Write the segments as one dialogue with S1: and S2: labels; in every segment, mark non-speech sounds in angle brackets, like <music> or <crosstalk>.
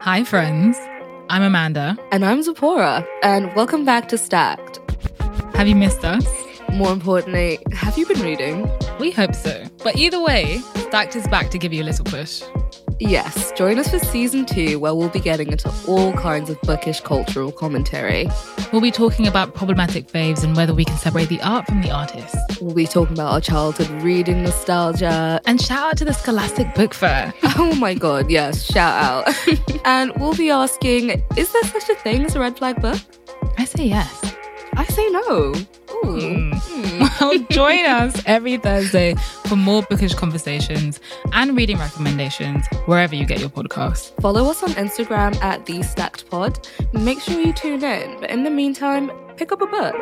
S1: Hi, friends. I'm Amanda.
S2: And I'm Zipporah, and welcome back to Stacked.
S1: Have you missed us?
S2: More importantly, have you been reading?
S1: We hope so. But either way, Stacked is back to give you a little push.
S2: Yes, join us for season two, where we'll be getting into all kinds of bookish cultural commentary.
S1: We'll be talking about problematic faves and whether we can separate the art from the artist.
S2: We'll be talking about our childhood reading nostalgia. <laughs>
S1: And shout out to the Scholastic Book Fair.
S2: Oh my god, yes, shout out. <laughs> and we'll be asking is there such a thing as a red flag book?
S1: I say yes.
S2: I say no. Ooh. Hmm.
S1: Well, join us every Thursday for more bookish conversations and reading recommendations wherever you get your podcasts.
S2: Follow us on Instagram at the Stacked Pod. Make sure you tune in. But in the meantime, pick up a book.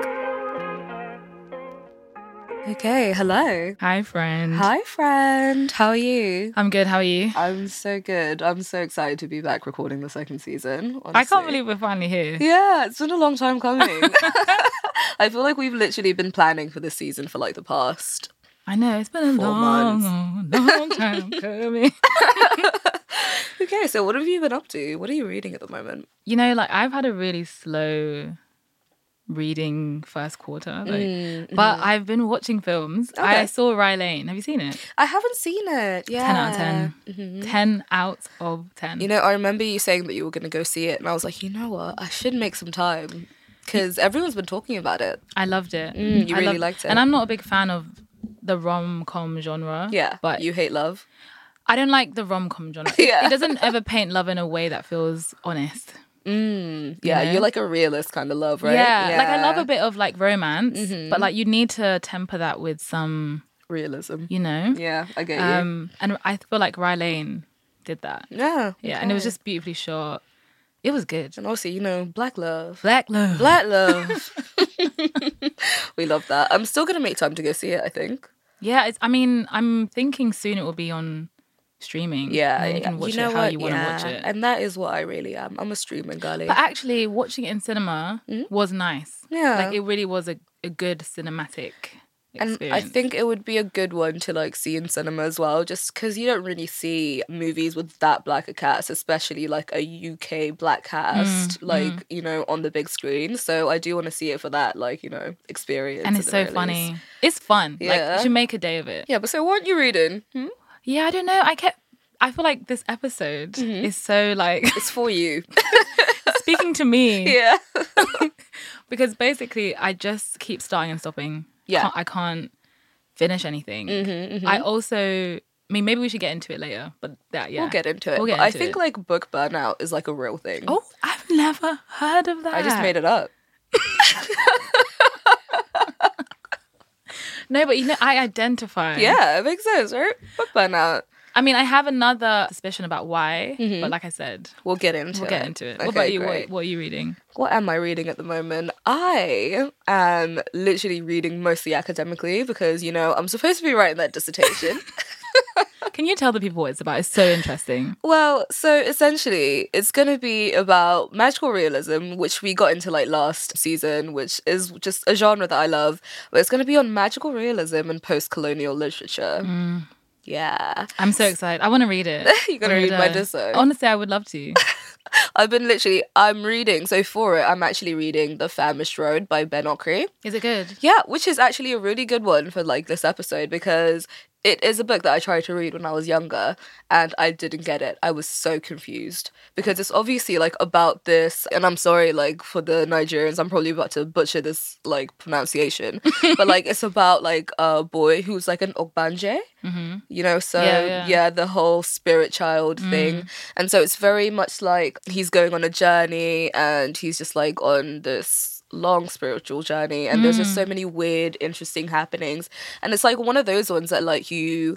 S2: Okay, hello.
S1: Hi, friend.
S2: Hi, friend. How are you?
S1: I'm good. How are you?
S2: I'm so good. I'm so excited to be back recording the second season.
S1: I can't
S2: honestly.
S1: believe we're finally here.
S2: Yeah, it's been a long time
S1: <laughs>
S2: coming. <laughs> I feel like we've literally been planning for this season for like the past.
S1: I know, it's been a
S2: Four
S1: long, long, long
S2: <laughs>
S1: time coming.
S2: Okay, so what have you been up to? What are you reading at the moment?
S1: you know, like I've had a really slow reading first quarter, like, but I've been watching films. I
S2: Mm, mm-hmm. Okay.
S1: saw Rye Lane. Have you seen it?
S2: I haven't seen it. Yeah. mm-hmm.
S1: 10 out of 10. 10 out of 10.
S2: You know, I remember you saying that you were going to go see it, and I was like, you know what? I should make some time because everyone's been talking about it.
S1: I loved it.
S2: Mm, you
S1: I
S2: really
S1: loved-
S2: liked it.
S1: And I'm not a big fan of the rom com genre.
S2: Yeah,
S1: But
S2: you hate love.
S1: I don't like the rom com
S2: <laughs>
S1: genre.
S2: Yeah.
S1: It doesn't ever paint love in a way that feels honest.
S2: Mm. Yeah,
S1: know?
S2: you're like a realist kind of love, right?
S1: Yeah. Like I love a bit of like romance,
S2: Mm-hmm.
S1: but like you need to temper that with some,
S2: realism.
S1: you know?
S2: Yeah, I get you.
S1: Um, and I feel like Rye Lane did that.
S2: yeah,
S1: Yeah, and it was just beautifully shot. It was good.
S2: and also you know, black love,
S1: Black love.
S2: black love. <laughs> we love that. I'm still gonna make time to go see it. I think.
S1: Yeah, it's, I mean, I'm thinking soon it will be on streaming. and
S2: Yeah,
S1: then you
S2: yeah.
S1: can watch
S2: know
S1: it how
S2: what?
S1: you want to watch
S2: Yeah,
S1: it.
S2: and that is what I really am. I'm a streaming girly.
S1: but actually, watching it in cinema
S2: Hmm?
S1: was nice.
S2: Yeah.
S1: like it really was a, a good cinematic
S2: Oh. and
S1: experience.
S2: I think it would be a good one to like see in cinema as well, just because you don't really see movies with that black a cast, especially like a UK black
S1: Mm,
S2: cast, like you know, on the big screen. So I do want to see it for that, like you know, experience.
S1: and
S2: at
S1: it's
S2: the
S1: so
S2: very least.
S1: funny. It's fun. Like
S2: Yeah.
S1: you should make a day of it.
S2: Yeah, but so what are you reading? Hmm?
S1: Yeah, I don't know. I kept. I feel like this episode is so like
S2: Mm-hmm. It's for you.
S1: <laughs>
S2: <laughs>
S1: speaking to me
S2: yeah.
S1: because basically I just keep starting and stopping.
S2: Yeah. Mm-hmm,
S1: Can't- I can't finish anything. I also, I mean, maybe we should get into it later, but that, yeah.
S2: We'll get into it.
S1: We'll get
S2: but I
S1: into
S2: think
S1: it.
S2: like book burnout is like a real thing.
S1: Oh, I've never heard of that.
S2: I just made it up.
S1: No, but you know, I identify.
S2: Yeah, it makes sense, right? Book burnout.
S1: I mean, I have another suspicion about why, but like I said,
S2: We'll get into
S1: we'll
S2: it.
S1: get into it.
S2: Mm-hmm. Okay,
S1: what about you?
S2: great.
S1: What, what are you
S2: <laughs>
S1: reading?
S2: what am I reading at the moment? I am literally reading mostly academically because, you know, I'm supposed to be writing that dissertation.
S1: Can you tell the people what it's about? It's so interesting.
S2: well, so essentially, it's going to be about magical realism, which we got into like last season, which is just a genre that I love. But it's going to be on magical realism and post colonial literature. Yeah.
S1: I'm so excited. I want to read it.
S2: <laughs> You gotta read my disso.
S1: Honestly, I would love
S2: <laughs>
S1: to.
S2: I've been literally, I'm reading, so for it, I'm actually reading The Famished Road by Ben Okri.
S1: Is it good?
S2: Yeah, which is actually a really good one for like this episode because it is a book that I tried to read when I was younger and I didn't get it. I was so confused because it's obviously like about this and I'm sorry like for the Nigerians I'm probably about to butcher this like pronunciation but like it's about like a boy who's like an Ogbanje
S1: Mm-hmm.
S2: you know so
S1: Yeah, yeah. Mm.
S2: the whole spirit child thing and so it's very much like he's going on a journey and he's just like on this long spiritual journey and there's just
S1: Mm.
S2: so many weird interesting happenings and it's like one of those ones that like you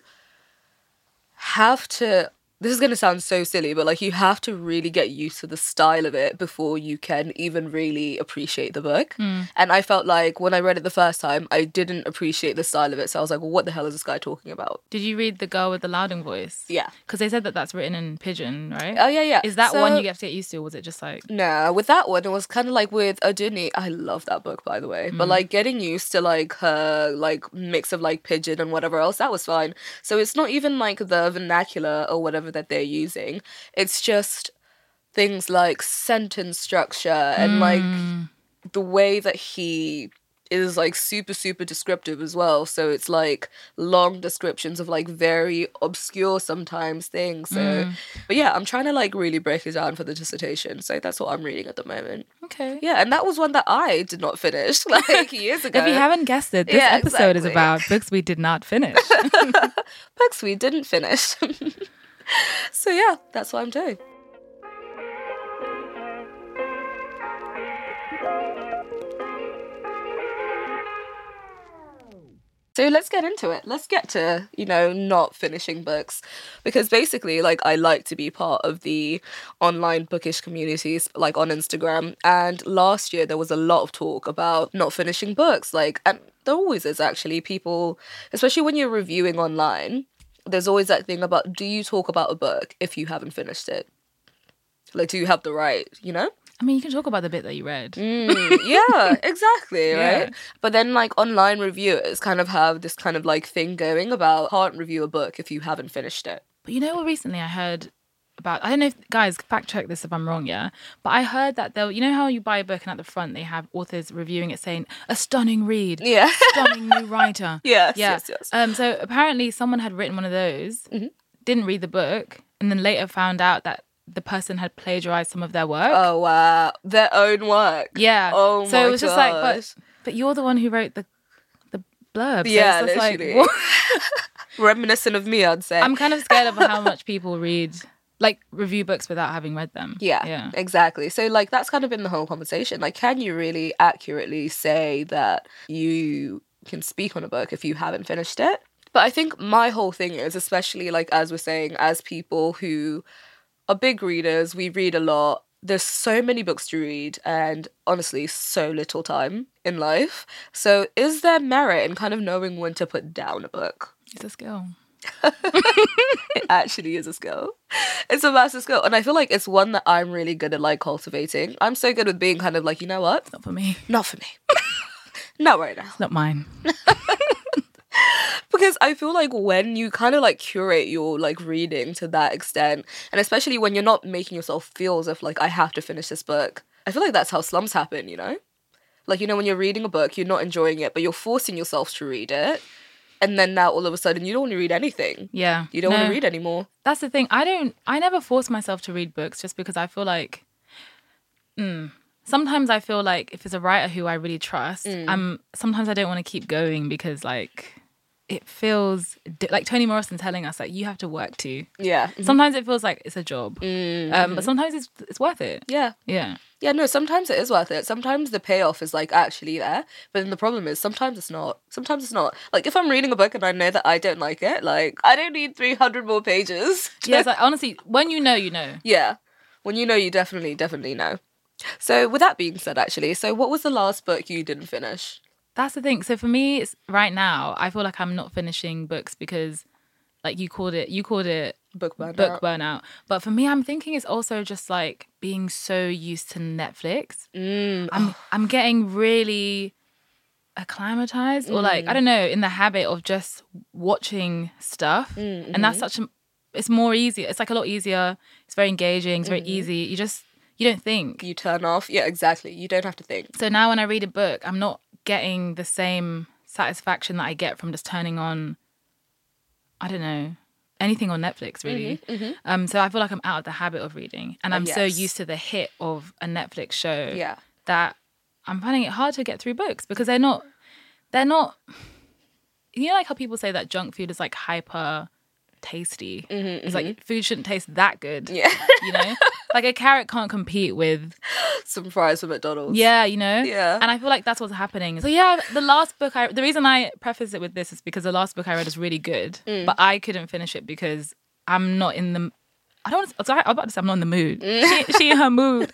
S2: have to this is going to sound so silly but like you have to really get used to the style of it before you can even really appreciate the book
S1: Mm.
S2: and i felt like when i read it the first time i didn't appreciate the style of it so i was like well what the hell is this guy talking about
S1: Did you read The Girl with the Louding Voice?
S2: yeah.
S1: Because they said that that's written in pigeon, right?
S2: Oh yeah, yeah.
S1: Is that one
S2: So-
S1: you have to get used to? Or was it just like
S2: No, with that one, it was kind of like with Oduni. I love that book, by the way.
S1: Mm.
S2: But like getting used to like her like mix of like pigeon and whatever else, that was fine. So it's not even like the vernacular or whatever that they're using. It's just things like sentence structure and
S1: Mm.
S2: like the way that he is like super super descriptive as well so it's like long descriptions of like very obscure sometimes things so
S1: Mm.
S2: but yeah i'm trying to like really break it down for the dissertation so that's what i'm reading at the moment
S1: Okay.
S2: yeah and that was one that i did not finish <laughs> like years ago
S1: If you haven't guessed it, this
S2: Yeah,
S1: episode is
S2: exactly.
S1: about books we did not
S2: <laughs>
S1: finish.
S2: books we didn't finish <laughs> so yeah that's what i'm doing So let's get into it. Let's get to, you know, not finishing books. Because basically, like, I like to be part of the online bookish communities, like on Instagram. And last year, there was a lot of talk about not finishing books. Like, and there always is actually people, especially when you're reviewing online, there's always that thing about do you talk about a book if you haven't finished it? Like, do you have the right, you know?
S1: I mean, you can talk about the bit that you read.
S2: Mm,
S1: <laughs>
S2: yeah, exactly,
S1: Yeah.
S2: right? But then like online reviewers kind of have this kind of like thing going about can't review a book if you haven't finished it. <laughs>
S1: But you know what? Recently, I heard about. I don't know if guys fact check this if I'm wrong, yeah. But I heard that though. You know how you buy a book and at the front they have authors reviewing it saying a stunning read,
S2: Yeah.
S1: stunning new writer.
S2: <laughs> yes,
S1: Yeah.
S2: yes, Mm-hmm. yes.
S1: Um. So apparently, someone had written one of those, didn't read the book, and then later found out that the person had plagiarized some of their work.
S2: Oh wow. Their own work.
S1: yeah.
S2: Oh
S1: So
S2: my
S1: it was just like,
S2: gosh.
S1: but but you're the one who wrote the the blurb. So
S2: Yeah,
S1: it's just like,
S2: literally.
S1: what?
S2: <laughs> Reminiscent of me, I'd say.
S1: I'm kind of scared of how much people read, like review books without having read them.
S2: Yeah,
S1: Yeah.
S2: exactly. So, like, that's kind of been the whole conversation. Like, can you really accurately say that you can speak on a book if you haven't finished it? But I think my whole thing is, especially like as we're saying, as people who are big readers, we read a lot. There's so many books to read, and honestly, so little time in life. So, is there merit in kind of knowing when to put down a book?
S1: It's a skill.
S2: it actually is a skill. It's a massive skill. And I feel like it's one that I'm really good at like cultivating. I'm so good with being kind of like, you know what?
S1: Not for me.
S2: Not for me. <laughs> Not right now.
S1: It's not mine.
S2: Because I feel like when you kind of like curate your like reading to that extent, and especially when you're not making yourself feel as if like I have to finish this book, I feel like that's how slums happen, you know? Like, you know, when you're reading a book, you're not enjoying it, but you're forcing yourself to read it. And then now all of a sudden you don't want to read anything.
S1: Yeah.
S2: You don't want
S1: No.
S2: to read anymore.
S1: That's the thing. I don't. I never force myself to read books just because I feel like. Mm, sometimes I feel like if it's a writer who I really trust,
S2: Mm.
S1: I'm. Sometimes I don't want to keep going because like. It feels di- like Toni Morrison telling us like you have to work too.
S2: Yeah. Mm.
S1: Sometimes it feels like it's a job, um, but sometimes it's it's worth it.
S2: Yeah.
S1: Yeah,
S2: Yeah, no, sometimes it is worth it. Sometimes the payoff is like actually there. But then the problem is sometimes it's not. Sometimes it's not. Like if I'm reading a book and I know that I don't like it, like I don't need 300 more pages. <laughs>
S1: yeah. It's like honestly, when you know, you know.
S2: yeah. When you know, you definitely, definitely know. So with that being said, actually, so what was the last book you didn't finish?
S1: That's the thing. So for me, it's right now. I feel like I'm not finishing books because, like you called it, you called it
S2: Book burnout.
S1: book burnout. But for me, I'm thinking it's also just like being so used to Netflix.
S2: Mm,
S1: I'm I'm getting really acclimatized, or like I don't know, in the habit of just watching stuff, and that's such a. It's more easy. It's like a lot easier. It's very engaging. It's very easy. You just you don't think.
S2: you turn off. Yeah, exactly. You don't have to think.
S1: So now when I read a book, I'm not getting the same satisfaction that I get from just turning on, I don't know, anything on Netflix really. Um, so I feel like I'm out of the habit of reading, and I'm so
S2: yes.
S1: used to the hit of a Netflix show
S2: Yeah.
S1: that I'm finding it hard to get through books because they're not, they're not. You know, like how people say that junk food is like hyper tasty. It's like food shouldn't taste that good.
S2: Mm-hmm, Yeah.
S1: You
S2: <laughs>
S1: know, like a carrot can't compete with
S2: Some fries from McDonald's.
S1: yeah, you know?
S2: Yeah.
S1: And I feel like that's what's happening. So yeah, the last book I the reason I preface it with this is because the last book I read is really good,
S2: Mm.
S1: but I couldn't finish it because I'm not in the I don't want to, I'm about to say I'm not in the mood.
S2: Mm.
S1: She, she in her
S2: <laughs>
S1: mood.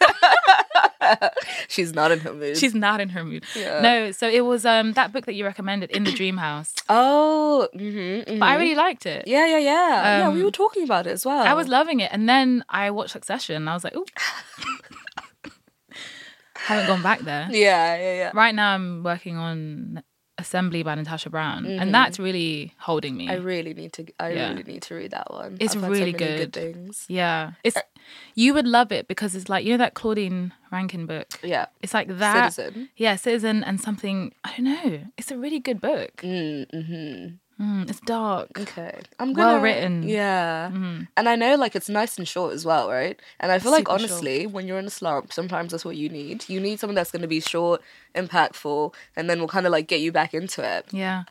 S2: She's not in her mood.
S1: She's not in her mood.
S2: Yeah.
S1: No, so it was um that book that you recommended, In the Dream House.
S2: Oh. mhm, mhm.
S1: But I really liked it.
S2: Yeah, yeah, yeah. yeah, we
S1: Um,
S2: were talking about it as well.
S1: I was loving it. And then I watched Succession and I was like, ooh. <laughs> Haven't gone back there.
S2: Yeah, yeah, yeah.
S1: Right now I'm working on Assembly by Natasha Brown, and that's really holding me.
S2: Mm-hmm. I really need to. I
S1: Mm. Yeah.
S2: really need to read that one.
S1: It's
S2: I've heard
S1: really
S2: so many good.
S1: good.
S2: things.
S1: yeah, it's you would love it because it's like you know that Claudine Rankin book.
S2: Yeah,
S1: It's like that.
S2: Citizen.
S1: Yeah, Citizen and something. I don't know. It's a really good book. Mm, it's dark.
S2: Mm-hmm. Okay, I'm
S1: Well
S2: gonna,
S1: written. Mm-hmm.
S2: Yeah, and I know like it's nice and short as well, right? And I feel like
S1: Super short.
S2: honestly, when you're in a slump, sometimes that's what you need. You need something that's gonna be short, impactful, and then will kind of like get you back into it.
S1: Yeah.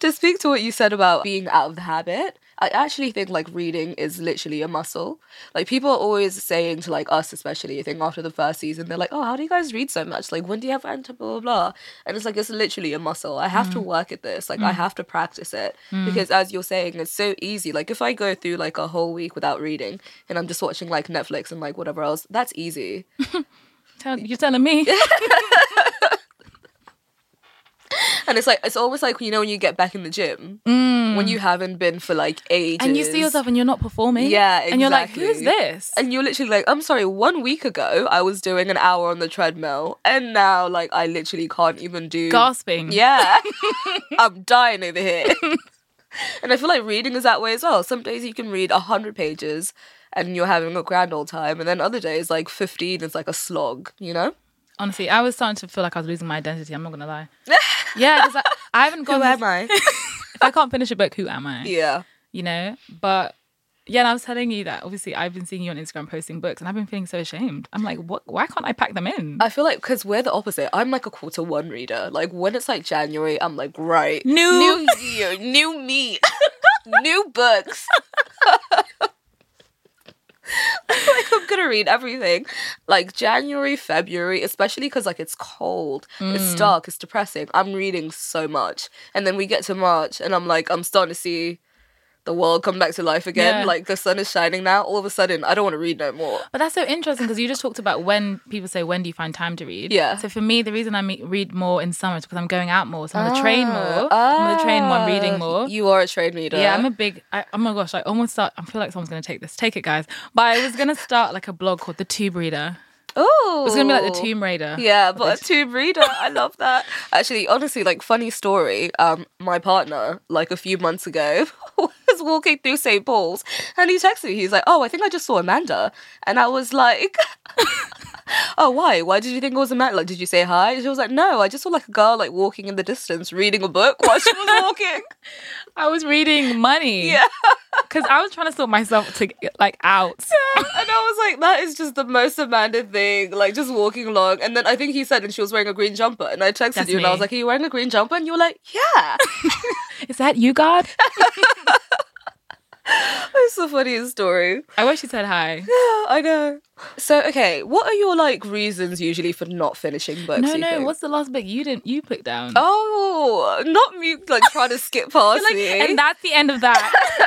S2: to speak to what you said about being out of the habit, I actually think like reading is literally a muscle. Like people are always saying to like us, especially I think after the first season, they're like, "Oh, how do you guys read so much? Like, when do you have time to blah blah blah?" And it's like it's literally a muscle. I have to
S1: Mm.
S2: work at this. Like I have to practice it because as you're saying, it's so easy. Like if I go through like a whole week without reading and I'm just watching like Netflix and like whatever else, that's easy.
S1: Tell, you're telling me.
S2: And it's like it's almost like you know when you get back in the gym when you haven't been for like ages
S1: Mm. and you see yourself and you're not performing.
S2: Yeah,
S1: And you're like,
S2: exactly.
S1: who's this?
S2: And you're literally like, I'm sorry, one week ago I was doing an hour on the treadmill and now like I literally can't even do
S1: Gasping.
S2: Yeah. I'm dying over here. <laughs> and I feel like reading is that way as well. Some days you can read a hundred pages and you're having a grand old time and then other days like fifteen is like a slog, you know?
S1: Honestly, I was starting to feel like I was losing my identity. I'm not gonna
S2: <laughs>
S1: lie. yeah, 'cause I, I haven't
S2: Who
S1: gone.
S2: am I?
S1: If I can't finish a book, who am I?
S2: yeah.
S1: You know. But yeah, and I was telling you that obviously I've been seeing you on Instagram posting books, and I've been feeling so ashamed. I'm like, what? Why can't I pack them in?
S2: I feel like because we're the opposite. I'm like a quarter one reader. Like when it's like January, I'm like right,
S1: New-
S2: new year, new me, <laughs> new books. I'm <laughs> like I'm gonna read everything. Like January, February, especially because like it's cold, it's dark, it's depressing. I'm reading so much, and then we get to March, and I'm like I'm starting to see. The world come back to life again.
S1: Yeah.
S2: Like the sun is shining now. All of a sudden, I don't want to read no more.
S1: But that's so interesting because you just talked about when people say, when do you find time to read?
S2: Yeah.
S1: So for me, the reason I me- read more in summer is because I'm going out more. So I'm on the train
S2: Ah,
S1: more. I'm on the train more. I'm reading more.
S2: You are a train reader.
S1: Yeah, I'm a big. I, oh my gosh, I almost start. I feel like someone's gonna take this. Take it, guys. But I was gonna start like a blog called The Tomb Reader.
S2: Oh,
S1: It's gonna be like The Tomb Raider.
S2: Yeah, but a tomb reader. I love
S1: <laughs>
S2: that. Actually, honestly, like funny story. Um, my partner, like a few months ago, <laughs> was walking through St. Paul's, and he texted me. He's like, "Oh, I think I just saw Amanda," and I was like. <laughs> Oh, why? Why did you think it was Amanda? Like, did you say hi? And she was like, no, I just saw like a girl like walking in the distance, reading a book while she
S1: <laughs>
S2: was walking.
S1: I was reading Money.
S2: <laughs> Yeah.
S1: Because I was trying to sort myself to get, like out.
S2: and I was like, that is just the most Amanda thing, like just walking along. And then I think he said, and she was wearing a green jumper. And I texted
S1: That's
S2: you, and I
S1: me.
S2: was like, are you wearing a green jumper? And you were like,
S1: <laughs>
S2: yeah.
S1: Is that you, God?
S2: it's the funniest story.
S1: I wish you said
S2: <laughs>
S1: hi.
S2: I know. So, okay, what are your like reasons usually for not finishing books?
S1: No,
S2: you
S1: no.
S2: think?
S1: What's the last book you didn't you put down?
S2: Oh, not me like trying
S1: <laughs>
S2: to skip past
S1: Like,
S2: me.
S1: and that's the end of
S2: <laughs>
S1: that.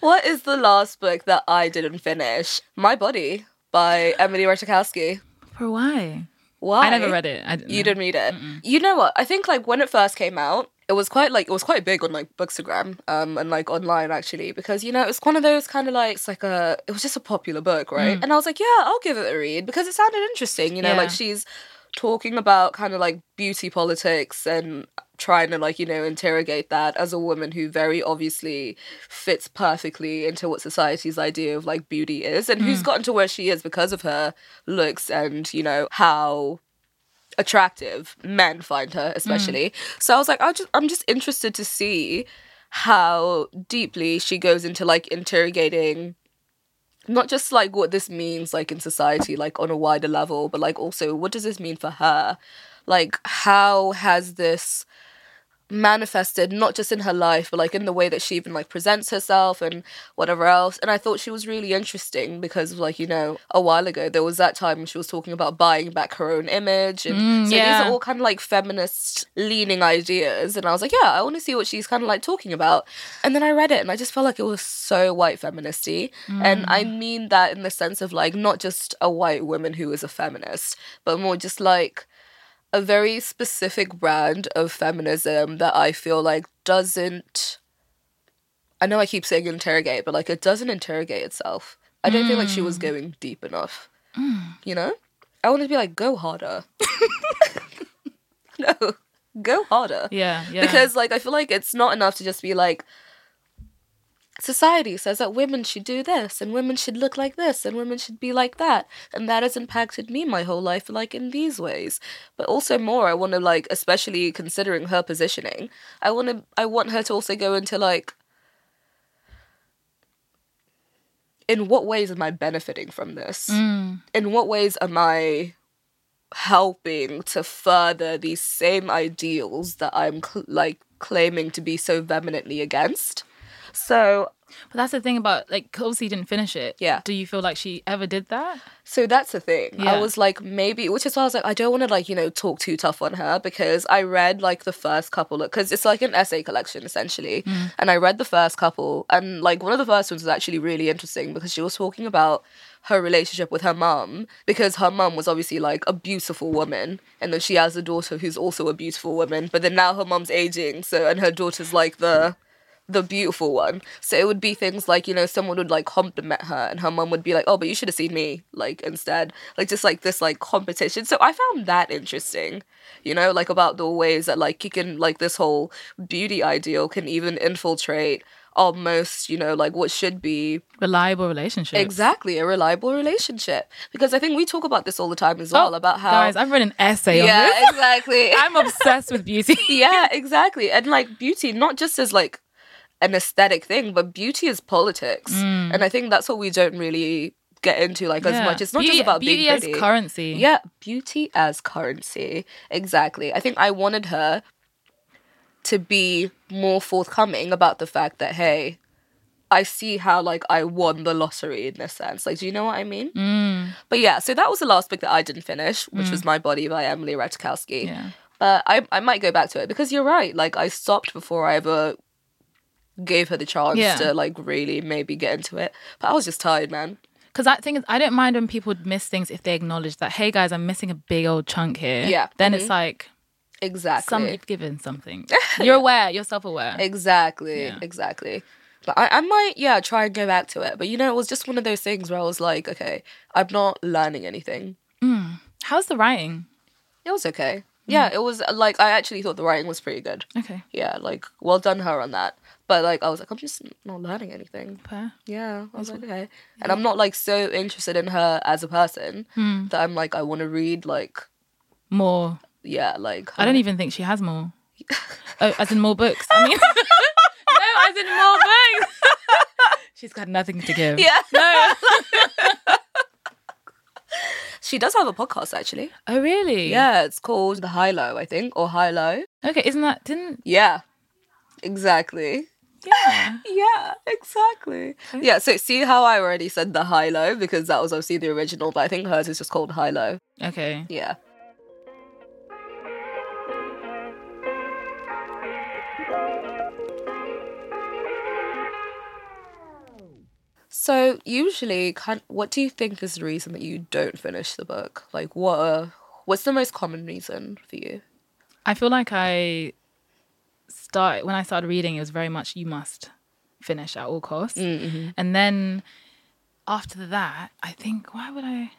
S2: what is the last book that I didn't finish? My Body by Emily Ratajkowski.
S1: For why?
S2: Why?
S1: I never read it. I didn't
S2: You
S1: know.
S2: didn't read it. You know what? I think like when it first came out, it was quite like it was quite big on like Bookstagram um and like online actually because you know it was one of those kind of like it's like a it was just a popular book right and I was like yeah I'll give it a read because it sounded interesting you know like
S1: Yeah.
S2: she's talking about kind of like beauty politics and trying to like you know interrogate that as a woman who very obviously fits perfectly into what society's idea of like beauty is and who's gotten to where she is because of her looks and you know how attractive men find her especially so i was like i just i'm just interested to see how deeply she goes into like interrogating not just like what this means like in society like on a wider level but like also what does this mean for her like how has this manifested not just in her life but like in the way that she even like presents herself and whatever else and i thought she was really interesting because like you know a while ago there was that time when she was talking about buying back her own image and so these
S1: yeah.
S2: are all kind of like feminist leaning ideas and i was like yeah i want to see what she's kind of like talking about and then i read it and i just felt like it was so white feministy and i mean that in the sense of like not just a white woman who is a feminist but more just like a very specific brand of feminism that I feel like doesn't. I know I keep saying interrogate, but like it doesn't interrogate itself. I don't think like she was going deep enough. You know? I wanted to be like, go harder. <laughs> no, go harder.
S1: Yeah, yeah.
S2: Because like I feel like it's not enough to just be like society says that women should do this and women should look like this and women should be like that and that has impacted me my whole life like in these ways but also more i want to like especially considering her positioning i want to i want her to also go into like in what ways am i benefiting from this
S1: Mm,
S2: in what ways am I helping to further these same ideals that I'm cl- like claiming to be so vehemently against? So,
S1: but that's the thing about like obviously you didn't finish it.
S2: Yeah.
S1: Do you feel like she ever did that?
S2: so that's the thing. I
S1: Yeah.
S2: was like, maybe, which is why I was like, I don't want to like you know talk too tough on her because I read like the first couple because it's like an essay collection essentially, and I read the first couple and like one of the first ones was actually really interesting because she was talking about her relationship with her mum because her mum was obviously like a beautiful woman and then she has a daughter who's also a beautiful woman but then now her mum's aging so and her daughter's like the the beautiful one so it would be things like you know someone would like compliment her and her mum would be like oh but you should have seen me like instead like just like this like competition so i found that interesting you know like about the ways that like you can like this whole beauty ideal can even infiltrate almost you know like what should be
S1: Reliable relationship.
S2: Exactly, a reliable relationship. Because I think we talk about this all the time as well about how.
S1: Oh, guys, I've read an essay on this.
S2: yeah, exactly. <laughs>
S1: I'm obsessed with beauty. <laughs>
S2: yeah, exactly. And like beauty, not just as like an aesthetic thing, but beauty is politics. And I think that's what we don't really get into like <laughs> as
S1: Mm. Yeah.
S2: much. It's not
S1: Beauty-
S2: just about
S1: beauty
S2: being pretty.
S1: as currency.
S2: Yeah, beauty as currency. Exactly. I think I wanted her to be more forthcoming about the fact that hey, I see how like I won the lottery in this sense. Like, do you know what I mean?
S1: Mm.
S2: But yeah, so that was the last book that I didn't finish, which was My Body by Emily Ratajkowski.
S1: Yeah.
S2: But I I might go back to it because you're right. Like I stopped before I ever gave her the chance
S1: Yeah.
S2: to like really maybe get into it. But I was just tired, man.
S1: Because I think I don't mind when people miss things if they acknowledge that, hey guys, I'm missing a big old chunk here.
S2: Yeah. Mm-hmm.
S1: Then it's like
S2: Exactly.
S1: some you've given
S2: <laughs>
S1: something. You're aware, you're self aware.
S2: Exactly,
S1: Yeah.
S2: exactly. But I, I might, yeah, try and go back to it. But you know, it was just one of those things where I was like, okay, I'm not learning anything.
S1: How's the writing?
S2: It was okay.
S1: Mm.
S2: Yeah, it was uh, like I actually thought the writing was pretty good.
S1: Okay.
S2: Yeah, like well done her on that. But like I was like, I'm just not learning anything.
S1: Fair.
S2: Yeah, I was like, okay. And I'm not like so interested in her as a person
S1: Hmm.
S2: that I'm like, I want to read like,
S1: More.
S2: yeah, like
S1: I don't even think she has more. oh, as in more books. I
S2: <laughs>
S1: mean, no, as in more books. <laughs> She's got nothing to give.
S2: <laughs> Yeah. <laughs>
S1: No.
S2: She does have a podcast actually.
S1: Oh, really?
S2: Yeah, it's called The High Low, I think, or High Low.
S1: Okay. Isn't that didn't?
S2: Yeah, exactly.
S1: Yeah.
S2: Yeah, exactly. Yeah, so see how I already said the high low because that was obviously the original, but I think hers is just called high low.
S1: Okay.
S2: Yeah. So usually, kind what do you think is the reason that you don't finish the book? Like, what? Are, what's the most common reason for you?
S1: I feel like I start when I started reading. It was very much you must finish at all costs, and then after that, I think why would I?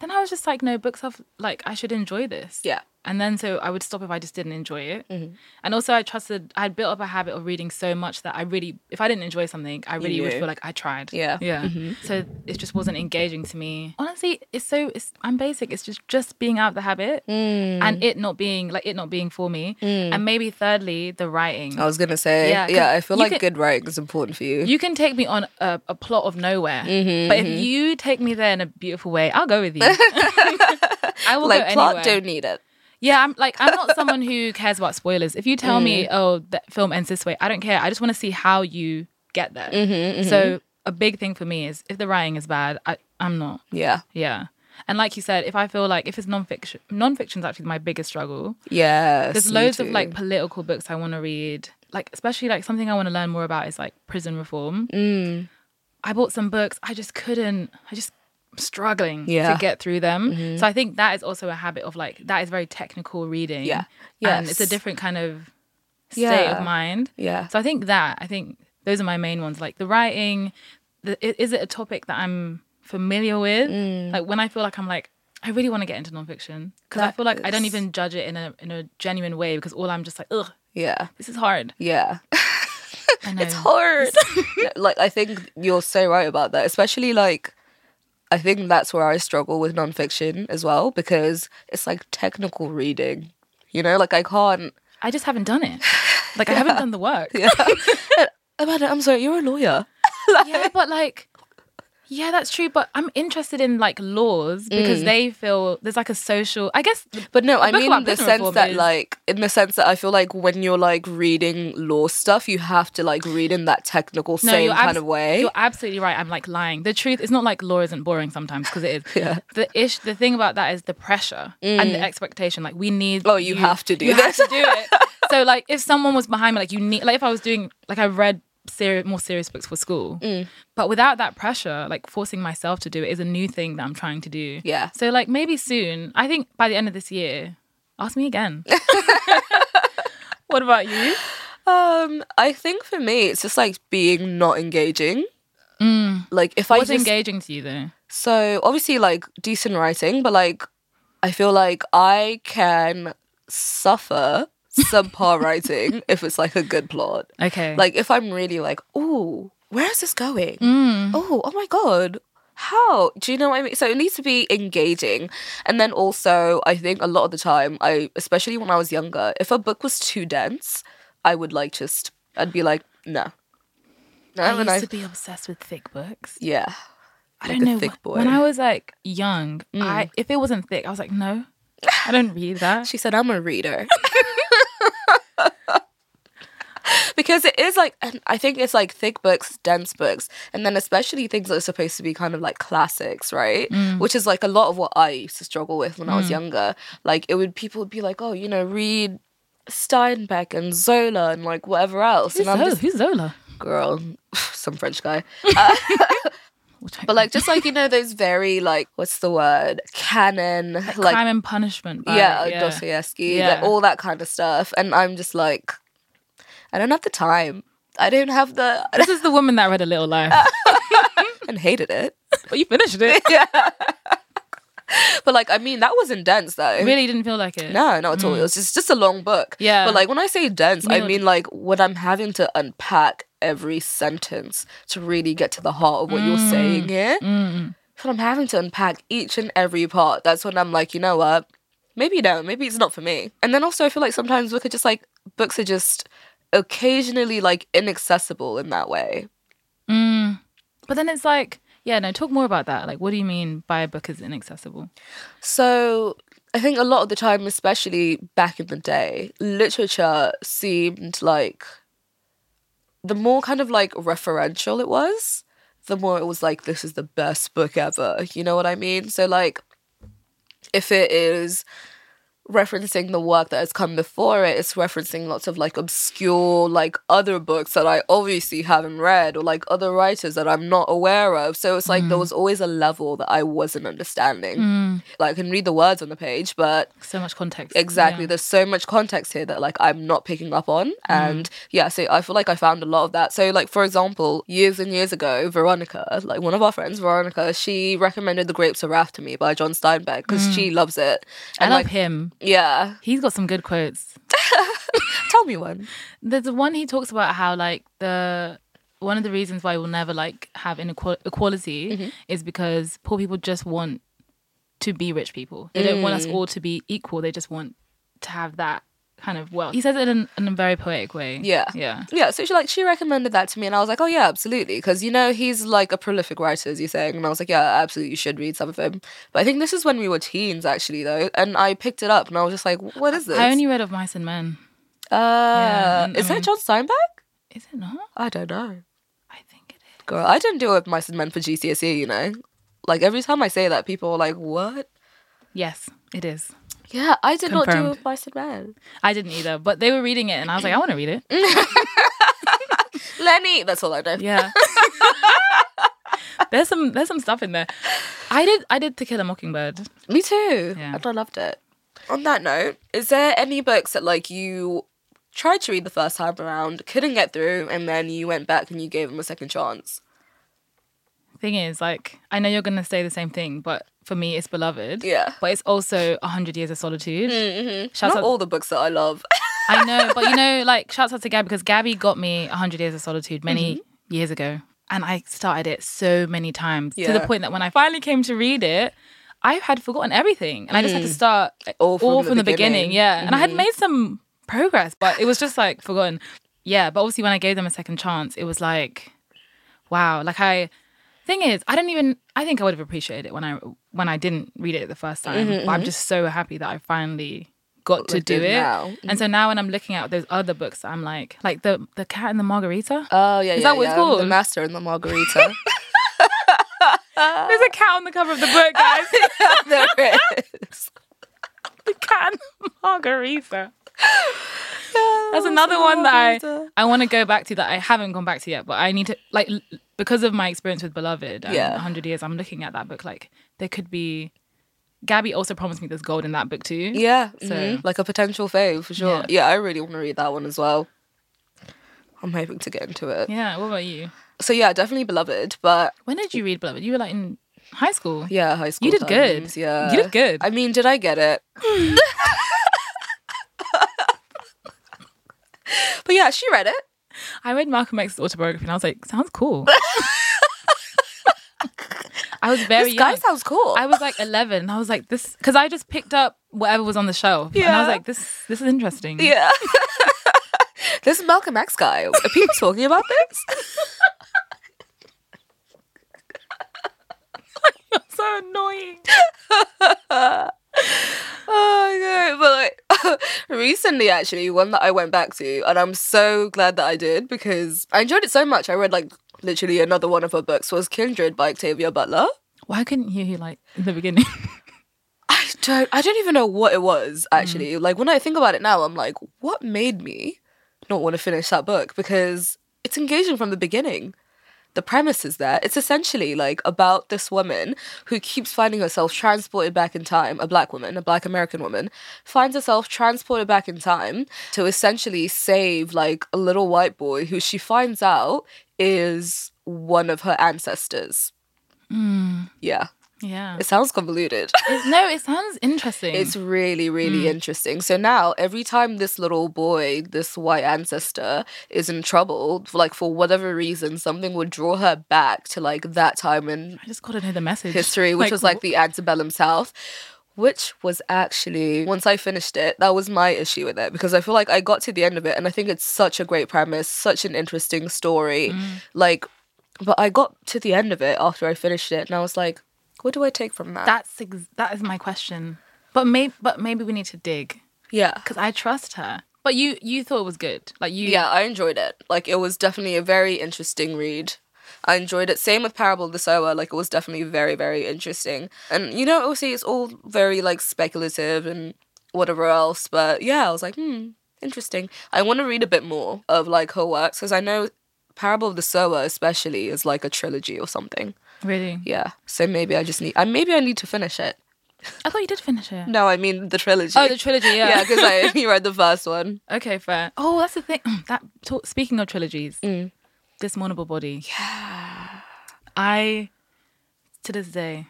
S1: Then I was just like, no, books have like I should enjoy this.
S2: Yeah.
S1: And then so I would stop if I just didn't enjoy it.
S2: Mm-hmm.
S1: And also I trusted I had built up a habit of reading so much that I really if I didn't enjoy something, I really would
S2: knew.
S1: feel like I tried.
S2: Yeah. Mm-hmm.
S1: Yeah. So it just wasn't engaging to me. Honestly, it's so it's I'm basic. It's just just being out of the habit
S2: Mm.
S1: and it not being like it not being for me. And maybe thirdly, the writing.
S2: I was gonna say,
S1: Yeah,
S2: yeah,
S1: 'cause
S2: I feel
S1: you
S2: like
S1: could-
S2: good writing is important for you.
S1: You can take me on a, a plot of nowhere,
S2: Mm-hmm,
S1: but if you take me there in a beautiful way, I'll go with
S2: <laughs>
S1: you. <laughs> I will
S2: like
S1: go
S2: plot,
S1: anywhere.
S2: don't need it.
S1: Yeah, I'm like I'm not someone who cares about spoilers. If you tell me, oh, that film ends this way, I don't care. I just want to see how you get there. So a big thing for me is if the writing is bad, I I'm not.
S2: Yeah,
S1: Yeah, and like you said, if I feel like if it's nonfiction, nonfiction's actually my biggest struggle.
S2: yes.
S1: There's
S2: me
S1: loads of
S2: too.
S1: like political books I want to read. Like especially like something I want to learn more about is like prison reform.
S2: Mm.
S1: I bought some books. I just couldn't. I just I'm struggling
S2: Yeah. Mm-hmm.
S1: to get through them. So I think that is also a habit of like that is very technical reading.
S2: Yeah.
S1: And it's a
S2: Yes.
S1: different kind of state
S2: Yeah.
S1: of mind.
S2: Yeah.
S1: So I think that I think those are my main ones. Like the
S2: Mm.
S1: writing, the, i- is it a topic that I'm familiar with? Like when I feel like I'm like I really want to get into nonfiction because I
S2: That
S1: feel like I don't
S2: is-
S1: even judge it in a in a genuine way because all I'm just like, ugh,
S2: Yeah.
S1: this is
S2: <laughs>
S1: hard.
S2: Yeah.
S1: I know.
S2: It's <laughs> hard. No, like I think you're so right about that, especially like I think that's where I struggle with nonfiction as well because it's like technical reading. You know, like I can't.
S1: I just haven't done
S2: <laughs>
S1: it. Like I haven't done the work. Yeah.
S2: Amanda, I'm sorry, you're a lawyer.
S1: but like, yeah, that's true. But I'm interested in like laws
S2: Mm.
S1: because they feel there's like a social. I guess
S2: But no, I
S1: book
S2: mean
S1: about
S2: in the
S1: prison
S2: sense
S1: reform
S2: that,
S1: is-
S2: like, in the sense that I feel like when you're like reading law stuff, you have to like read in that technical
S1: no,
S2: same
S1: you're
S2: kind
S1: abs-
S2: of way.
S1: You're absolutely right. I'm like lying. The truth is not like law isn't boring sometimes because it is.
S2: <laughs> Yeah. Mm.
S1: The ish. The thing about that is the pressure and the expectation. Like we need.
S2: Oh, you have to do
S1: you
S2: this.
S1: Have to do
S2: <laughs>
S1: it. so like, if someone was behind me, like you need. Like if I was doing, like I read serious, more serious books for school,
S2: Mm.
S1: but without that pressure, like forcing myself to do it is a new thing that I'm trying to do.
S2: Yeah.
S1: So like maybe soon. I think by the end of this year, ask me
S2: <laughs>
S1: again. <laughs> what about you?
S2: Um, I think for me, it's just like being not engaging. Like if I
S1: What's
S2: just
S1: engaging to you though?
S2: So obviously, like decent writing, but like I feel like I can suffer subpar writing if it's like a good plot.
S1: Okay.
S2: Like if I'm really like, oh, where is this going?
S1: Mm.
S2: Oh, oh my god. How? Do you know what I mean? So it needs to be engaging. And then also, I think a lot of the time, I especially when I was younger, if a book was too dense, I would like just I'd be like, no. No,
S1: I
S2: and
S1: used
S2: I-
S1: to be obsessed with thick books.
S2: yeah.
S1: I
S2: Like
S1: don't
S2: a
S1: know.
S2: thick
S1: wh- When
S2: boy. Mm.
S1: I was like young, I if it wasn't thick, I was like, no, I don't read that.
S2: <laughs> She said, I'm a reader. because it is like, and I think it's like thick books, dense books, and then especially things that are supposed to be kind of like classics, right? Which is like a lot of what I used to struggle with when I was younger. Like, it would, people would be like, oh, you know, read Steinbeck and Zola and like whatever else.
S1: Who's,
S2: and I'm
S1: Zola?
S2: just,
S1: Who's Zola?
S2: girl, <laughs> some French guy.
S1: Which I-
S2: But like, just like, you know, those very, like, what's the word? Canon, like,
S1: Crime and Punishment. By,
S2: yeah,
S1: yeah,
S2: like Dostoevsky,
S1: Yeah.
S2: like all that kind of stuff. And I'm just like, I don't have the time. I don't <laughs> have the
S1: This is the woman that read A Little
S2: <laughs>
S1: Life. <laughs>
S2: and hated it.
S1: but you finished
S2: <laughs>
S1: it.
S2: But like, I mean, that wasn't dense though.
S1: Really didn't feel like
S2: <laughs>
S1: it.
S2: No, not at all. It was just just a long book.
S1: Yeah.
S2: But like when I say dense, I
S1: Mild.
S2: mean like when I'm having to unpack every sentence to really get to the heart of what you're saying here. When I'm having to unpack each and every part, that's when I'm like, you know what? Maybe no, maybe it's not for me. And then also I feel like sometimes books are just like books are just occasionally like inaccessible in that way.
S1: Mm. But then it's like, yeah, no. Talk more about that. Like, what do you mean by a book is inaccessible?
S2: So I think a lot of the time, especially back in the day, literature seemed like the more kind of like referential it was, the more it was like, this is the best book ever. You know what I mean? So, like, if it is referencing the work that has come before it, it's referencing lots of like obscure, like other books that I obviously haven't read or like other writers that I'm not aware of. So, it's like there was always a level that I wasn't understanding. Like, I can read the words on the page, but
S1: So much context.
S2: exactly
S1: Yeah.
S2: there's so much context here that like i'm not picking up on
S1: Mm.
S2: and yeah so i feel like i found a lot of that so like for example years and years ago veronica like one of our friends veronica she recommended the grapes of wrath to me by john steinbeck because she loves it
S1: Mm. I
S2: and
S1: love
S2: like
S1: him.
S2: yeah
S1: He's got some good quotes.
S2: tell me one
S1: There's the one he talks about how like the one of the reasons why we'll never like have inequal- equality is because poor people just want to be rich people. They don't want us all to be equal. They just want to have that kind of wealth. He says it in, in a very poetic way.
S2: Yeah.
S1: yeah.
S2: yeah so she like she recommended that to me and i was like oh yeah absolutely because you know he's like a prolific writer as you're saying and i was like yeah absolutely you should read some of him but i think this is when we were teens actually though and i picked it up and i was just like what is this
S1: I only read of mice and men.
S2: uh
S1: and-
S2: is
S1: I
S2: that
S1: mean-
S2: john steinbeck
S1: Is it not?
S2: I don't know.
S1: I think it is.
S2: Girl, I didn't do it mice and men for GCSE, E, you know? Like every time I say that, people are like, what?
S1: Yes, it is.
S2: Yeah, I did not do
S1: Confirmed.
S2: mice and men.
S1: I didn't either, but they were reading it, and I was like, I want to read it.
S2: Lenny, that's all I know.
S1: Yeah. there's some there's some stuff in there. I did I did To Kill a Mockingbird.
S2: Me too.
S1: Yeah.
S2: And I loved it. On that note, is there any books that like you tried to read the first time around, couldn't get through, and then you went back and you gave them a second chance?
S1: thing is, like, I know you're gonna say the same thing, but for me, it's beloved.
S2: Yeah.
S1: But it's also a hundred years of solitude.
S2: Mm-hmm.
S1: Shout
S2: Not
S1: out-
S2: all the books that I love.
S1: I know, but you know, like, shouts out to Gabby because Gabby got me a hundred years of solitude many
S2: Mm-hmm.
S1: years ago, and I started it so many times to the
S2: Yeah.
S1: point that when I finally came to read it. I had forgotten everything, and I just had to
S2: Mm.
S1: start
S2: <laughs> all from
S1: all
S2: the
S1: from the beginning. Mm-hmm.
S2: beginning.
S1: Yeah. And I had made some progress, but it was just like forgotten. Yeah. But obviously, when I gave them a second chance, it was like, wow. Like, I, thing is, I didn't even, I think I would have appreciated it when I, when I didn't read it the first time. But I'm just so happy that I finally Mm-hmm, got to
S2: Like,
S1: do
S2: do
S1: it.
S2: now.
S1: And so now when I'm looking at those other books, I'm like, like the, the cat and the margarita.
S2: Oh yeah, is yeah,
S1: that what it's
S2: yeah.
S1: called?
S2: The Master and the <laughs> Margarita.
S1: There's a cat on the cover of the <laughs> book, guys.
S2: there it is.
S1: <laughs> the cat and the margarita. That's another one that I, I want to go back to that I haven't gone back to yet, but I need to like l- because of my experience with Beloved and
S2: Yeah.
S1: 100 Years. I'm looking at that book like there could be. Gabby also promised me there's gold in that book too.
S2: Yeah,
S1: So-
S2: mhm. like a potential fave for sure.
S1: Mm-hmm. Yeah.
S2: Yeah, I really want to read that one as well. I'm hoping to get into it.
S1: Yeah. What about you?
S2: So yeah, definitely beloved, but
S1: When did you read Beloved? You were like in high school.
S2: yeah, high school.
S1: You did good.
S2: times, Yeah,
S1: You did good.
S2: I mean, did I
S1: <laughs>
S2: get it? but yeah, she read it.
S1: Oh, I read Malcolm X's autobiography and I was like, sounds
S2: <laughs>
S1: cool. I was very
S2: This guy
S1: young.
S2: sounds cool.
S1: I was like 11. And I was like, this, because I just picked up whatever was on the shelf. And I was
S2: Yeah.
S1: like, this, this is interesting.
S2: yeah. <laughs> this Malcolm X guy. Are people talking about this?
S1: So annoying.
S2: Oh my god! But like <laughs> recently, actually, one that I went back to, and I'm so glad that I did because I enjoyed it so much. I read like literally another one of her books was Kindred by Octavia Butler.
S1: Why couldn't you, like, in the beginning? <laughs>
S2: I don't, I don't even know what it was actually. Like when I think about it now, I'm like, what made me not want to finish that book because it's engaging from the beginning. The premise is there. It's essentially like about this woman who keeps finding herself transported back in time, a black woman, a black American woman, finds herself transported back in time to essentially save like a little white boy who she finds out is one of her ancestors. Yeah.
S1: yeah.
S2: It sounds convoluted. <laughs>
S1: It's- no, it sounds interesting.
S2: It's really, really interesting. So now, every time this little boy, this white ancestor, is in trouble, like for whatever reason, something would draw her back to like that time in
S1: I just got to know the message.
S2: history, which was like the antebellum South, which was actually, once I finished it, that was my issue with it because I feel like I got to the end of it and I think it's such a great premise, such an interesting story. Like, but I got to the end of it after I finished it and I was like, what do I take from that?
S1: that's ex- that is my question. But maybe, but maybe we need to dig
S2: yeah.
S1: because I trust her. But you, you thought it was good. Like you,
S2: Yeah, I enjoyed it. Like it was definitely a very interesting read. I enjoyed it. Same with Parable of the Sower. Like it was definitely very, very interesting. And you know, obviously it's all very like speculative and whatever else. But yeah, I was like, hmm, interesting. I want to read a bit more of like her works because I know Parable of the Sower especially is like a trilogy or something.
S1: really.
S2: Yeah. So maybe I just need. I maybe I need to finish it.
S1: I thought you did finish it.
S2: No, I mean the trilogy.
S1: Oh, the trilogy.
S2: yeah, because I only read the first one.
S1: Okay, fair. Oh, that's the thing. <clears throat> That talk, speaking of trilogies,
S2: Mm.
S1: Dishonorable Body. Yeah. I to this day,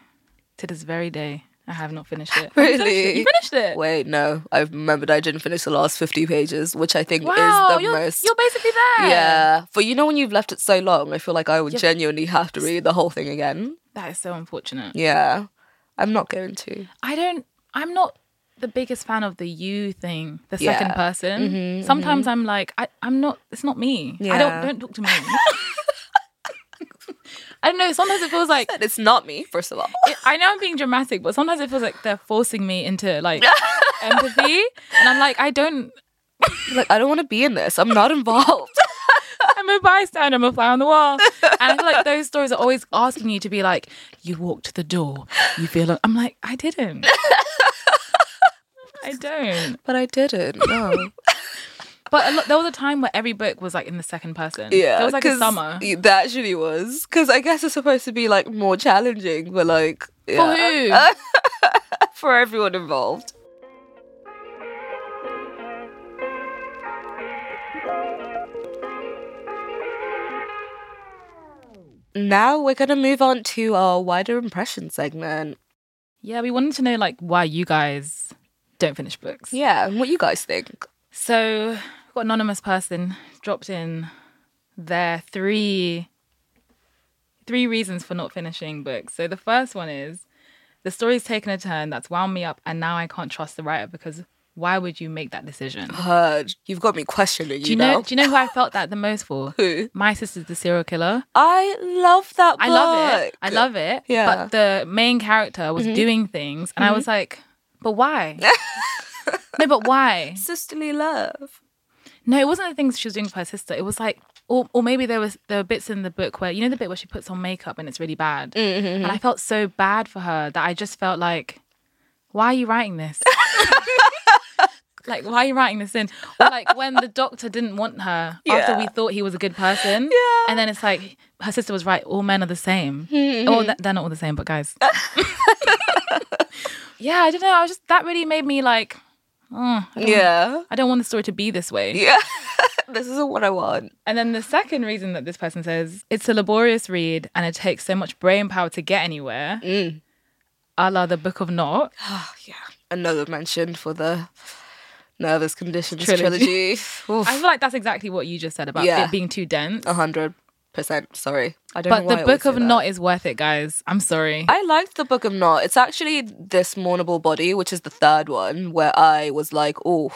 S1: to this very day, I have not finished
S2: <laughs>
S1: it. Have you finished
S2: Really?
S1: it? You finished it.
S2: Wait, no. I remembered I didn't finish the last 50 pages, which I think
S1: wow,
S2: is the
S1: you're,
S2: most.
S1: you're basically there.
S2: yeah. But you know, when you've left it so long, I feel like I would genuinely have to read the whole thing again.
S1: That is so unfortunate.
S2: Yeah. I'm not going to.
S1: I don't. I'm not the biggest fan of the you thing, the
S2: Yeah. Mm-hmm,
S1: second person. Sometimes I'm like, I, I'm not. It's not me. I don't.
S2: Yeah.
S1: Don't talk to me. <laughs> I don't know. Sometimes it feels like
S2: But it's not me, first of all. <laughs>
S1: it- I know I'm being dramatic, but sometimes it feels like they're forcing me into
S2: <laughs>
S1: like empathy, and I'm like, I don't.
S2: like, I don't want to be in this. I'm not
S1: <laughs>
S2: involved.
S1: I'm a bystander. I'm a fly on the wall, and I feel like those stories are always asking you to be like, you walked to the door. You feel. Like, I'm like, I didn't. I don't.
S2: but I didn't.
S1: <laughs>
S2: No.
S1: But a lot, there was a time where every book was like in the second person.
S2: Yeah.
S1: there was like a
S2: 'cause
S1: summer.
S2: y- That actually was. Because I guess it's supposed to be like more challenging, but like.
S1: For
S2: Yeah,
S1: who?
S2: <laughs> for everyone involved. now we're going to move on to our wider impression segment.
S1: Yeah, we wanted to know like why you guys don't finish books.
S2: Yeah, and what you guys think.
S1: So, we've got anonymous person dropped in their three three reasons for not finishing books. So the first one is the story's taken a turn that's wound me up and now I can't trust the writer because why would you make that decision?
S2: Heard. You've got me questioning Oh, you,
S1: Do you know
S2: now.
S1: do you know who I felt that the most for?
S2: <laughs> Who?
S1: My sister's the serial killer.
S2: I love that book.
S1: I love it. I love it.
S2: Yeah. Mm-hmm.
S1: But the main character was doing things and I was like, but
S2: <laughs>
S1: why? no, but why?
S2: Sisterly love.
S1: No, it wasn't the things she was doing for her sister. It was like, or, or maybe there was there were bits in the book where you know the bit where she puts on makeup and it's really
S2: Mm,
S1: bad, and I felt so bad for her that I just felt like, why are you writing
S2: <laughs>
S1: this? like, why are you writing this in? Or like when the doctor didn't want her after
S2: Yeah.
S1: we thought he was a good person,
S2: Yeah. Mm,
S1: and then it's like her sister was right. All men are the same. Or th- they're not all the same, but
S2: <laughs>
S1: guys. <laughs> yeah, I don't know. I was just that really made me like, oh, I don't-
S2: Yeah.
S1: I don't want the story to be this way.
S2: Yeah. <laughs> this isn't what I want.
S1: And then the second reason that this person says it's a laborious read and it takes so much brain power to get anywhere,
S2: Mm.
S1: a la the Book of Knot.
S2: Oh, yeah. Another mention for the Nervous Conditions
S1: Trilogy. <laughs>
S2: trilogy.
S1: I feel like that's exactly what you just said about
S2: Yeah.
S1: it being too dense.
S2: A hundred percent. Sorry. I don't know
S1: but
S2: why
S1: the
S2: I always
S1: Book
S2: say
S1: of
S2: that.
S1: Knot is worth it, guys. I'm sorry.
S2: I liked the Book of Knot. It's actually this mournable body, which is the third one, where I was like, oh,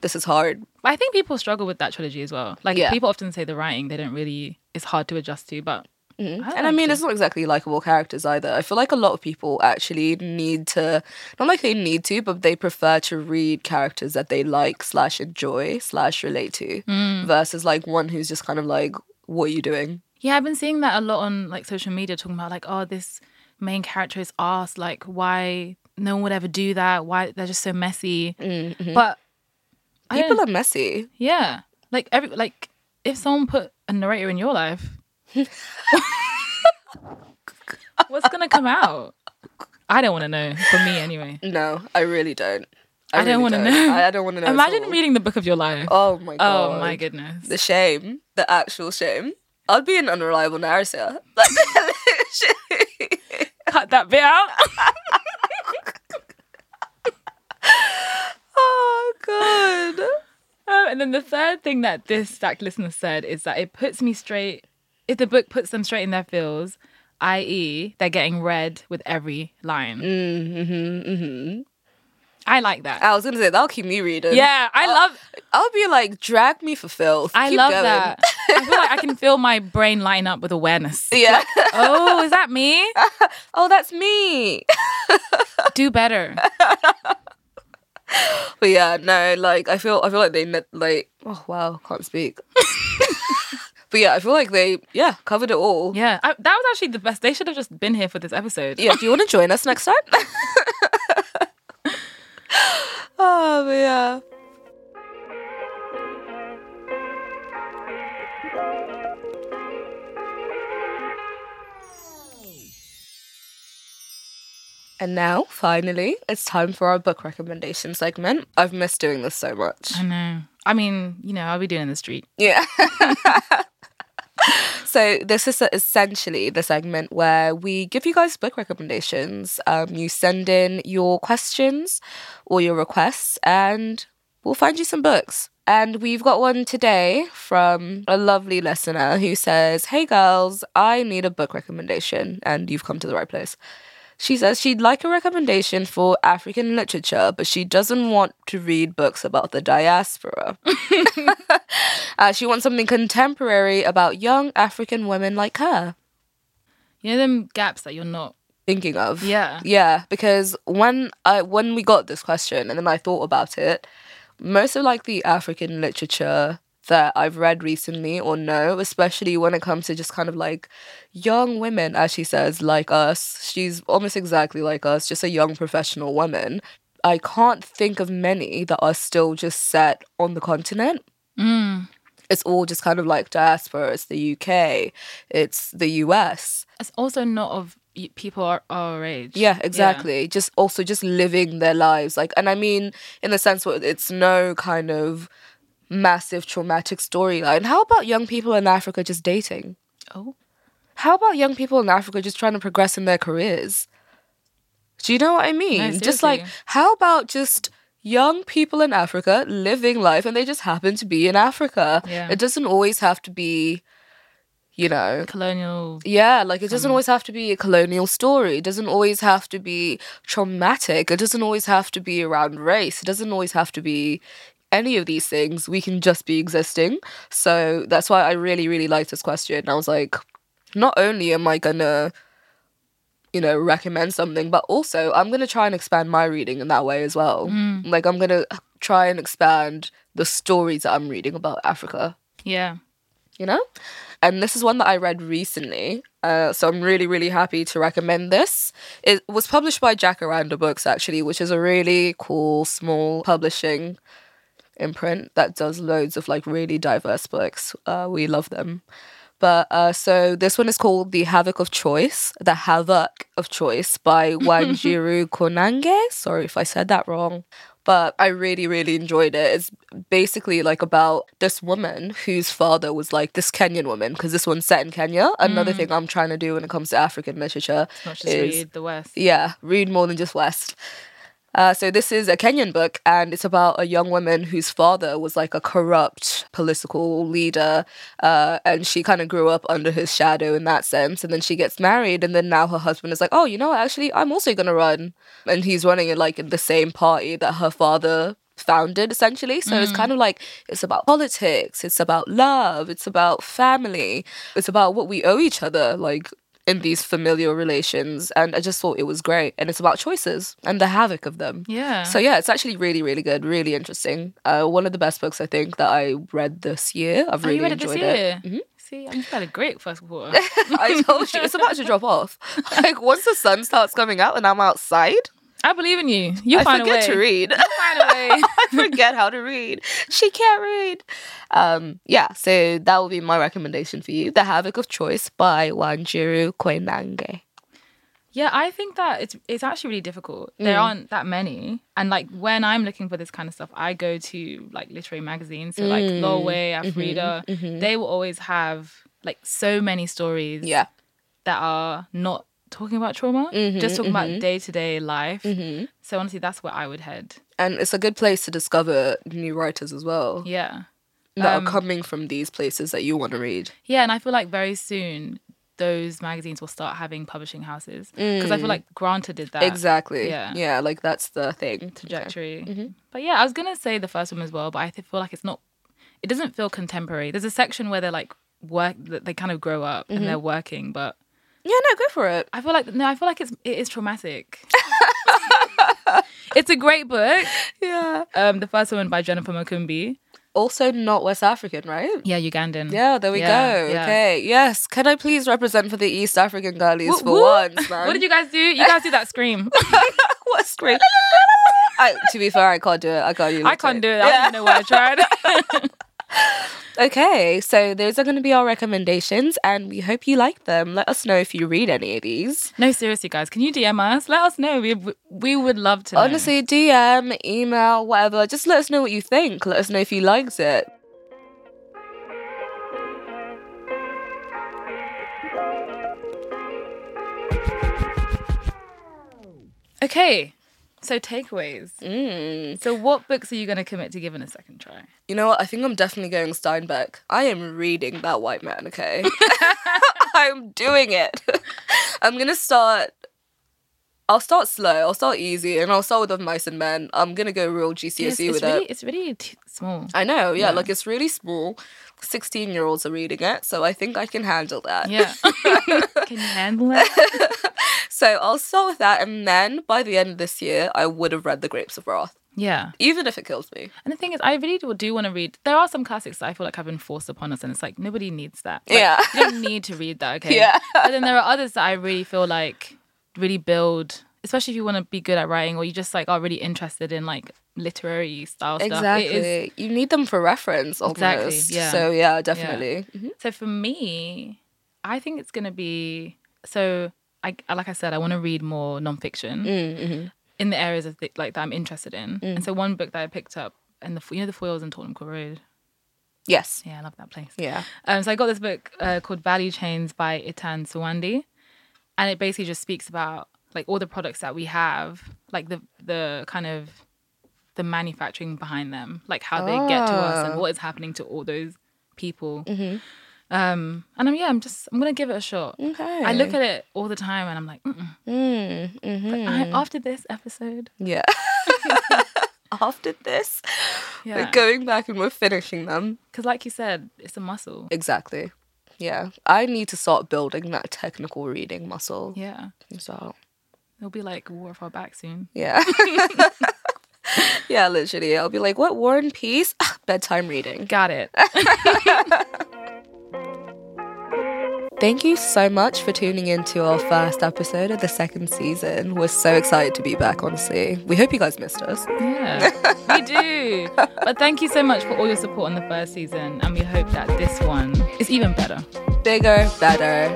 S2: this is hard.
S1: I think people struggle with that trilogy as well. Like
S2: Yeah.
S1: people often say the writing they don't really it's hard to adjust to, but I
S2: Mm-hmm. and I mean,
S1: liked
S2: it's not exactly likable characters either. I feel like a lot of people actually need to, not like they need to, but they prefer to read characters that they like slash enjoy slash relate to,
S1: Mm.
S2: versus like one who's just kind of like, what are you doing?
S1: Yeah, I've been seeing that a lot on like social media talking about like, oh, this main character is asked like why no one would ever do that, why they're just so messy. But I don't-
S2: Mm-hmm. People are messy.
S1: Yeah. Like every like if someone put a narrator in your life, what's gonna come out? I don't want to know. For me, anyway.
S2: No, I really don't. I,
S1: I don't
S2: really
S1: wanna know.
S2: I, I don't want to know. at
S1: Imagine
S2: all.
S1: reading the book of your life. Oh,
S2: Oh my god.
S1: my goodness.
S2: the shame, the actual shame. I'd be an unreliable narrator. <laughs> Like, literally.
S1: Cut that bit out. <laughs>
S2: oh god.
S1: Um, and then the third thing that this stacked listener said is that it puts me straight. If the book puts them straight in their feels, i.e., they're getting read with every line.
S2: Mm.
S1: Mm-hmm, I like that.
S2: I was gonna say that'll keep me reading.
S1: yeah, I love.
S2: I'll be like, drag me for filth.
S1: I
S2: Keep
S1: love
S2: going.
S1: that. I feel like I can feel my brain lighten up with awareness.
S2: <laughs> Yeah.
S1: Oh, is that me?
S2: oh, that's me. <laughs>
S1: Do better.
S2: But yeah, no, like I feel, I feel like they ne- like. Oh wow, can't speak. <laughs> but yeah, I feel like they yeah covered it all.
S1: Yeah, I, that was actually the best. They should have just been here for this episode.
S2: yeah, do you want to join us next time? <laughs> oh, but yeah. And now, finally, it's time for our book recommendation segment. I've missed doing this so much.
S1: I know. I mean, you know, I'll be doing it in the street.
S2: Yeah. <laughs> so this is essentially the segment where we give you guys book recommendations. Um, you send in your questions or your requests, and we'll find you some books. And we've got one today from a lovely listener who says, Hey girls, I need a book recommendation, and you've come to the right place. She says she'd like a recommendation for African literature, but she doesn't want to read books about the diaspora. Uh, she wants something contemporary about young African women like her.
S1: You know them gaps that you're not.
S2: Thinking of
S1: Yeah.
S2: yeah, because when I when we got this question and then I thought about it, most of like the African literature that I've read recently or know, especially when it comes to just kind of like young women, as she says, like us. She's almost exactly like us, just a young professional woman. I can't think of many that are still just set on the continent.
S1: Mm.
S2: it's all just kind of like diaspora. It's the UK, it's the US.
S1: It's also not of y- people our, our age.
S2: Yeah, exactly. Just also just living their lives. Like, and I mean, in the sense where it's no kind of massive traumatic storyline. How about young people in Africa just dating?
S1: Oh.
S2: How about young people in Africa just trying to progress in their careers? Do you know what I mean? just like,
S1: seriously.
S2: how about just young people in Africa living life and they just happen to be in Africa?
S1: Yeah.
S2: It doesn't always have to be, you know,
S1: Colonial.
S2: yeah, like it doesn't always have to be a colonial story. It doesn't always have to be traumatic. It doesn't always have to be around race. It doesn't always have to be any of these things. We can just be existing. So that's why I really, really liked this question. I was like, not only am I gonna, you know, recommend something, but also I'm gonna try and expand my reading in that way as well.
S1: Mm.
S2: Like I'm gonna try and expand the stories that I'm reading about Africa
S1: Yeah.
S2: you know? And this is one that I read recently. Uh, so I'm really, really happy to recommend this. It was published by Jacaranda Books, actually, which is a really cool, small publishing imprint that does loads of like really diverse books. Uh, we love them. But uh, so this one is called The Havoc of Choice, The Havoc of Choice by Wanjiru Konange. Sorry if I said that wrong. But I really, really enjoyed it. It's basically like about this woman whose father was like this Kenyan woman, because this one's set in Kenya. Another thing I'm trying to do when it comes to African literature
S1: Not just
S2: is
S1: read the West.
S2: yeah, read more than just West. Uh, so this is a Kenyan book, and it's about a young woman whose father was like a corrupt political leader, uh, and she kind of grew up under his shadow in that sense. And then she gets married, and then now her husband is like, "Oh, you know, what? actually, I'm also gonna run," and he's running in like the same party that her father founded, essentially. So it's kind of like it's about politics, it's about love, it's about family, it's about what we owe each other, like in these familial relations and i just thought it was great and it's about choices and the havoc of them
S1: Yeah.
S2: so yeah it's actually really really good really interesting uh, one of the best books i think that i read this year i've
S1: Oh,
S2: really
S1: you read it this
S2: enjoyed Mm-hmm.
S1: year. See, I'm just had a great first quarter.
S2: <laughs> i told you it's about to drop off <laughs> like once the sun starts coming out and i'm outside
S1: I believe in
S2: <laughs>
S1: you. You'll
S2: i
S1: find a way.
S2: forget to read <laughs>
S1: You'll find a way.
S2: I forget how to read. She can't read. Um, yeah, so that will be my recommendation for you. The Havoc of Choice by Wanjiru Koinange.
S1: Yeah, I think that it's it's actually really difficult. There aren't that many, and like when I'm looking for this kind of stuff, I go to like literary magazines, so like Norway, Afrida.
S2: Mm-hmm.
S1: They will always have like so many stories
S2: Yeah.
S1: that are not talking about trauma, just talking about day to day life.
S2: Mm. Mm-hmm.
S1: So honestly, that's where I would head.
S2: and it's a good place to discover new writers as well
S1: Yeah, um,
S2: that are coming from these places that you want to read.
S1: yeah, and I feel like very soon those magazines will start having publishing houses because I feel like Granta did that.
S2: exactly.
S1: yeah.
S2: Yeah, like that's the thing.
S1: trajectory.
S2: Mm-hmm.
S1: But yeah, I was gonna say the first one as well, but I th- feel like it's not. It doesn't feel contemporary. There's a section where they're like work. that They kind of grow up and
S2: Mm-hmm.
S1: they're working, but
S2: Yeah, no, go for
S1: <laughs>
S2: it.
S1: I feel like no. I feel like it's it is traumatic. it's a great book.
S2: Yeah.
S1: Um, the first one by Jennifer Makumbi.
S2: Also, not West African, right?
S1: Yeah, Ugandan.
S2: Yeah, there we
S1: Yeah,
S2: go.
S1: yeah.
S2: Okay. Yes. Can I please represent for the East African girlies
S1: Woo-
S2: for
S1: woo.
S2: once, man?
S1: <laughs> What did you guys do? You guys do that scream.
S2: <laughs> what scream? <laughs> I, to be fair, I can't do it. I can't.
S1: I can't do it. I don't even know why I tried.
S2: Okay, so those are going to be our recommendations, and we hope you like them. Let us know if you read any of these.
S1: <laughs> no, seriously, guys, can you DM us? Let us know. We we would love to. know.
S2: Honestly, DM, email, whatever. Just let us know what you think. Let us know if you liked it.
S1: Okay, so takeaways.
S2: Mm.
S1: So, what books are you going to commit to giving a second try?
S2: You know what? I think I'm definitely going Steinbeck. I am reading that white man, okay? <laughs> I'm doing it. <laughs> I'm going to start. I'll start slow, I'll start easy, and I'll start with Of Mice and Men. I'm going to go real GCSE
S1: It's,
S2: E with
S1: it's
S2: it.
S1: really, it's really t- small.
S2: I know, yeah, like it's really small. 16 year olds are reading it, so I think I can handle
S1: <laughs>
S2: that.
S1: Yeah. <laughs> Can you handle it?
S2: So I'll start with that, and then by the end of this year, I would have read The Grapes of Wrath,
S1: Yeah.
S2: even if it kills me.
S1: And the thing is, I really do, do want to read. There are some classics that I feel like have been forced upon us, and it's like nobody needs that. Like,
S2: Yeah.
S1: You don't need to read
S2: <laughs>
S1: that, okay?
S2: Yeah.
S1: But then there are others that I really feel like really build, especially if you want to be good at writing or you just like are really interested in like literary style stuff. It
S2: Exactly.
S1: is
S2: you need them for reference almost.
S1: Exactly, yeah.
S2: So yeah, definitely. Mhm.
S1: So for me, I think it's gonna be so. I like I said, I want to read more nonfiction
S2: Mm-hmm.
S1: in the areas of Mm. thi- like that I'm interested in. And so one book that I picked up and the f- you know the foils in Tottenham Court Road.
S2: Yes.
S1: Yeah, I love that place.
S2: Yeah.
S1: Um, so I got this book uh, called Value Chains by Itan Suwandi, and it basically just speaks about like all the products that we have, like the the kind of the manufacturing behind them, like how they get to us and
S2: Ah.
S1: what is happening to all those people.
S2: Mm-hmm.
S1: Um, and I'm yeah, I'm just I'm gonna give it a shot.
S2: Okay.
S1: I look at it all the time and I'm like, Mm-mm.
S2: Mm, hmm
S1: I, after this episode, <laughs>
S2: yeah. After this, we're
S1: yeah,
S2: going back and we're finishing them.
S1: because like you said, it's a muscle.
S2: Exactly. Yeah. I need to start building that technical reading muscle
S1: Yeah,
S2: as well.
S1: it'll be like war off our back soon. <laughs>
S2: Yeah. <laughs> yeah, literally. I'll be like, what War and Peace? <laughs> Bedtime reading.
S1: Got it.
S2: Thank you so much for tuning in to our first episode of the second season. We're so excited to be back, honestly. We hope you guys missed us.
S1: Yeah, we do. But thank you so much for all your support on the first season, and we hope that this one is even better.
S2: Bigger, better,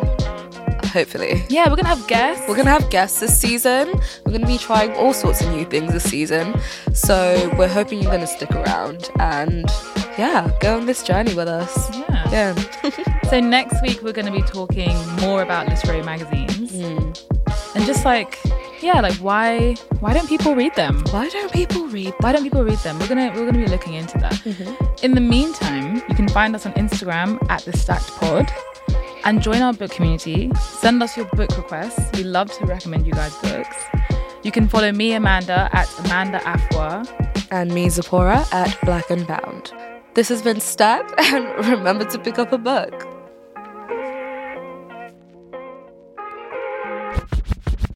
S2: hopefully.
S1: Yeah, we're gonna have guests.
S2: We're gonna have guests this season. We're gonna be trying all sorts of new things this season. So we're hoping you're gonna stick around and yeah, go on this journey with us.
S1: yeah.
S2: Yeah. <laughs>
S1: So next week we're gonna be talking more about literary magazines and just like, yeah, like why why don't people read them?
S2: Why don't people read?
S1: Why don't people read them? We're gonna we're gonna be looking into that. In the meantime, you can find us on Instagram at the Stacked Pod and join our book community. Send us your book requests. We love to recommend you guys books. You can follow me, Amanda, at Amanda Afwa.
S2: And me, <laughs> Zipporah, at Black and Bound. This has been Step, and remember to pick up a book.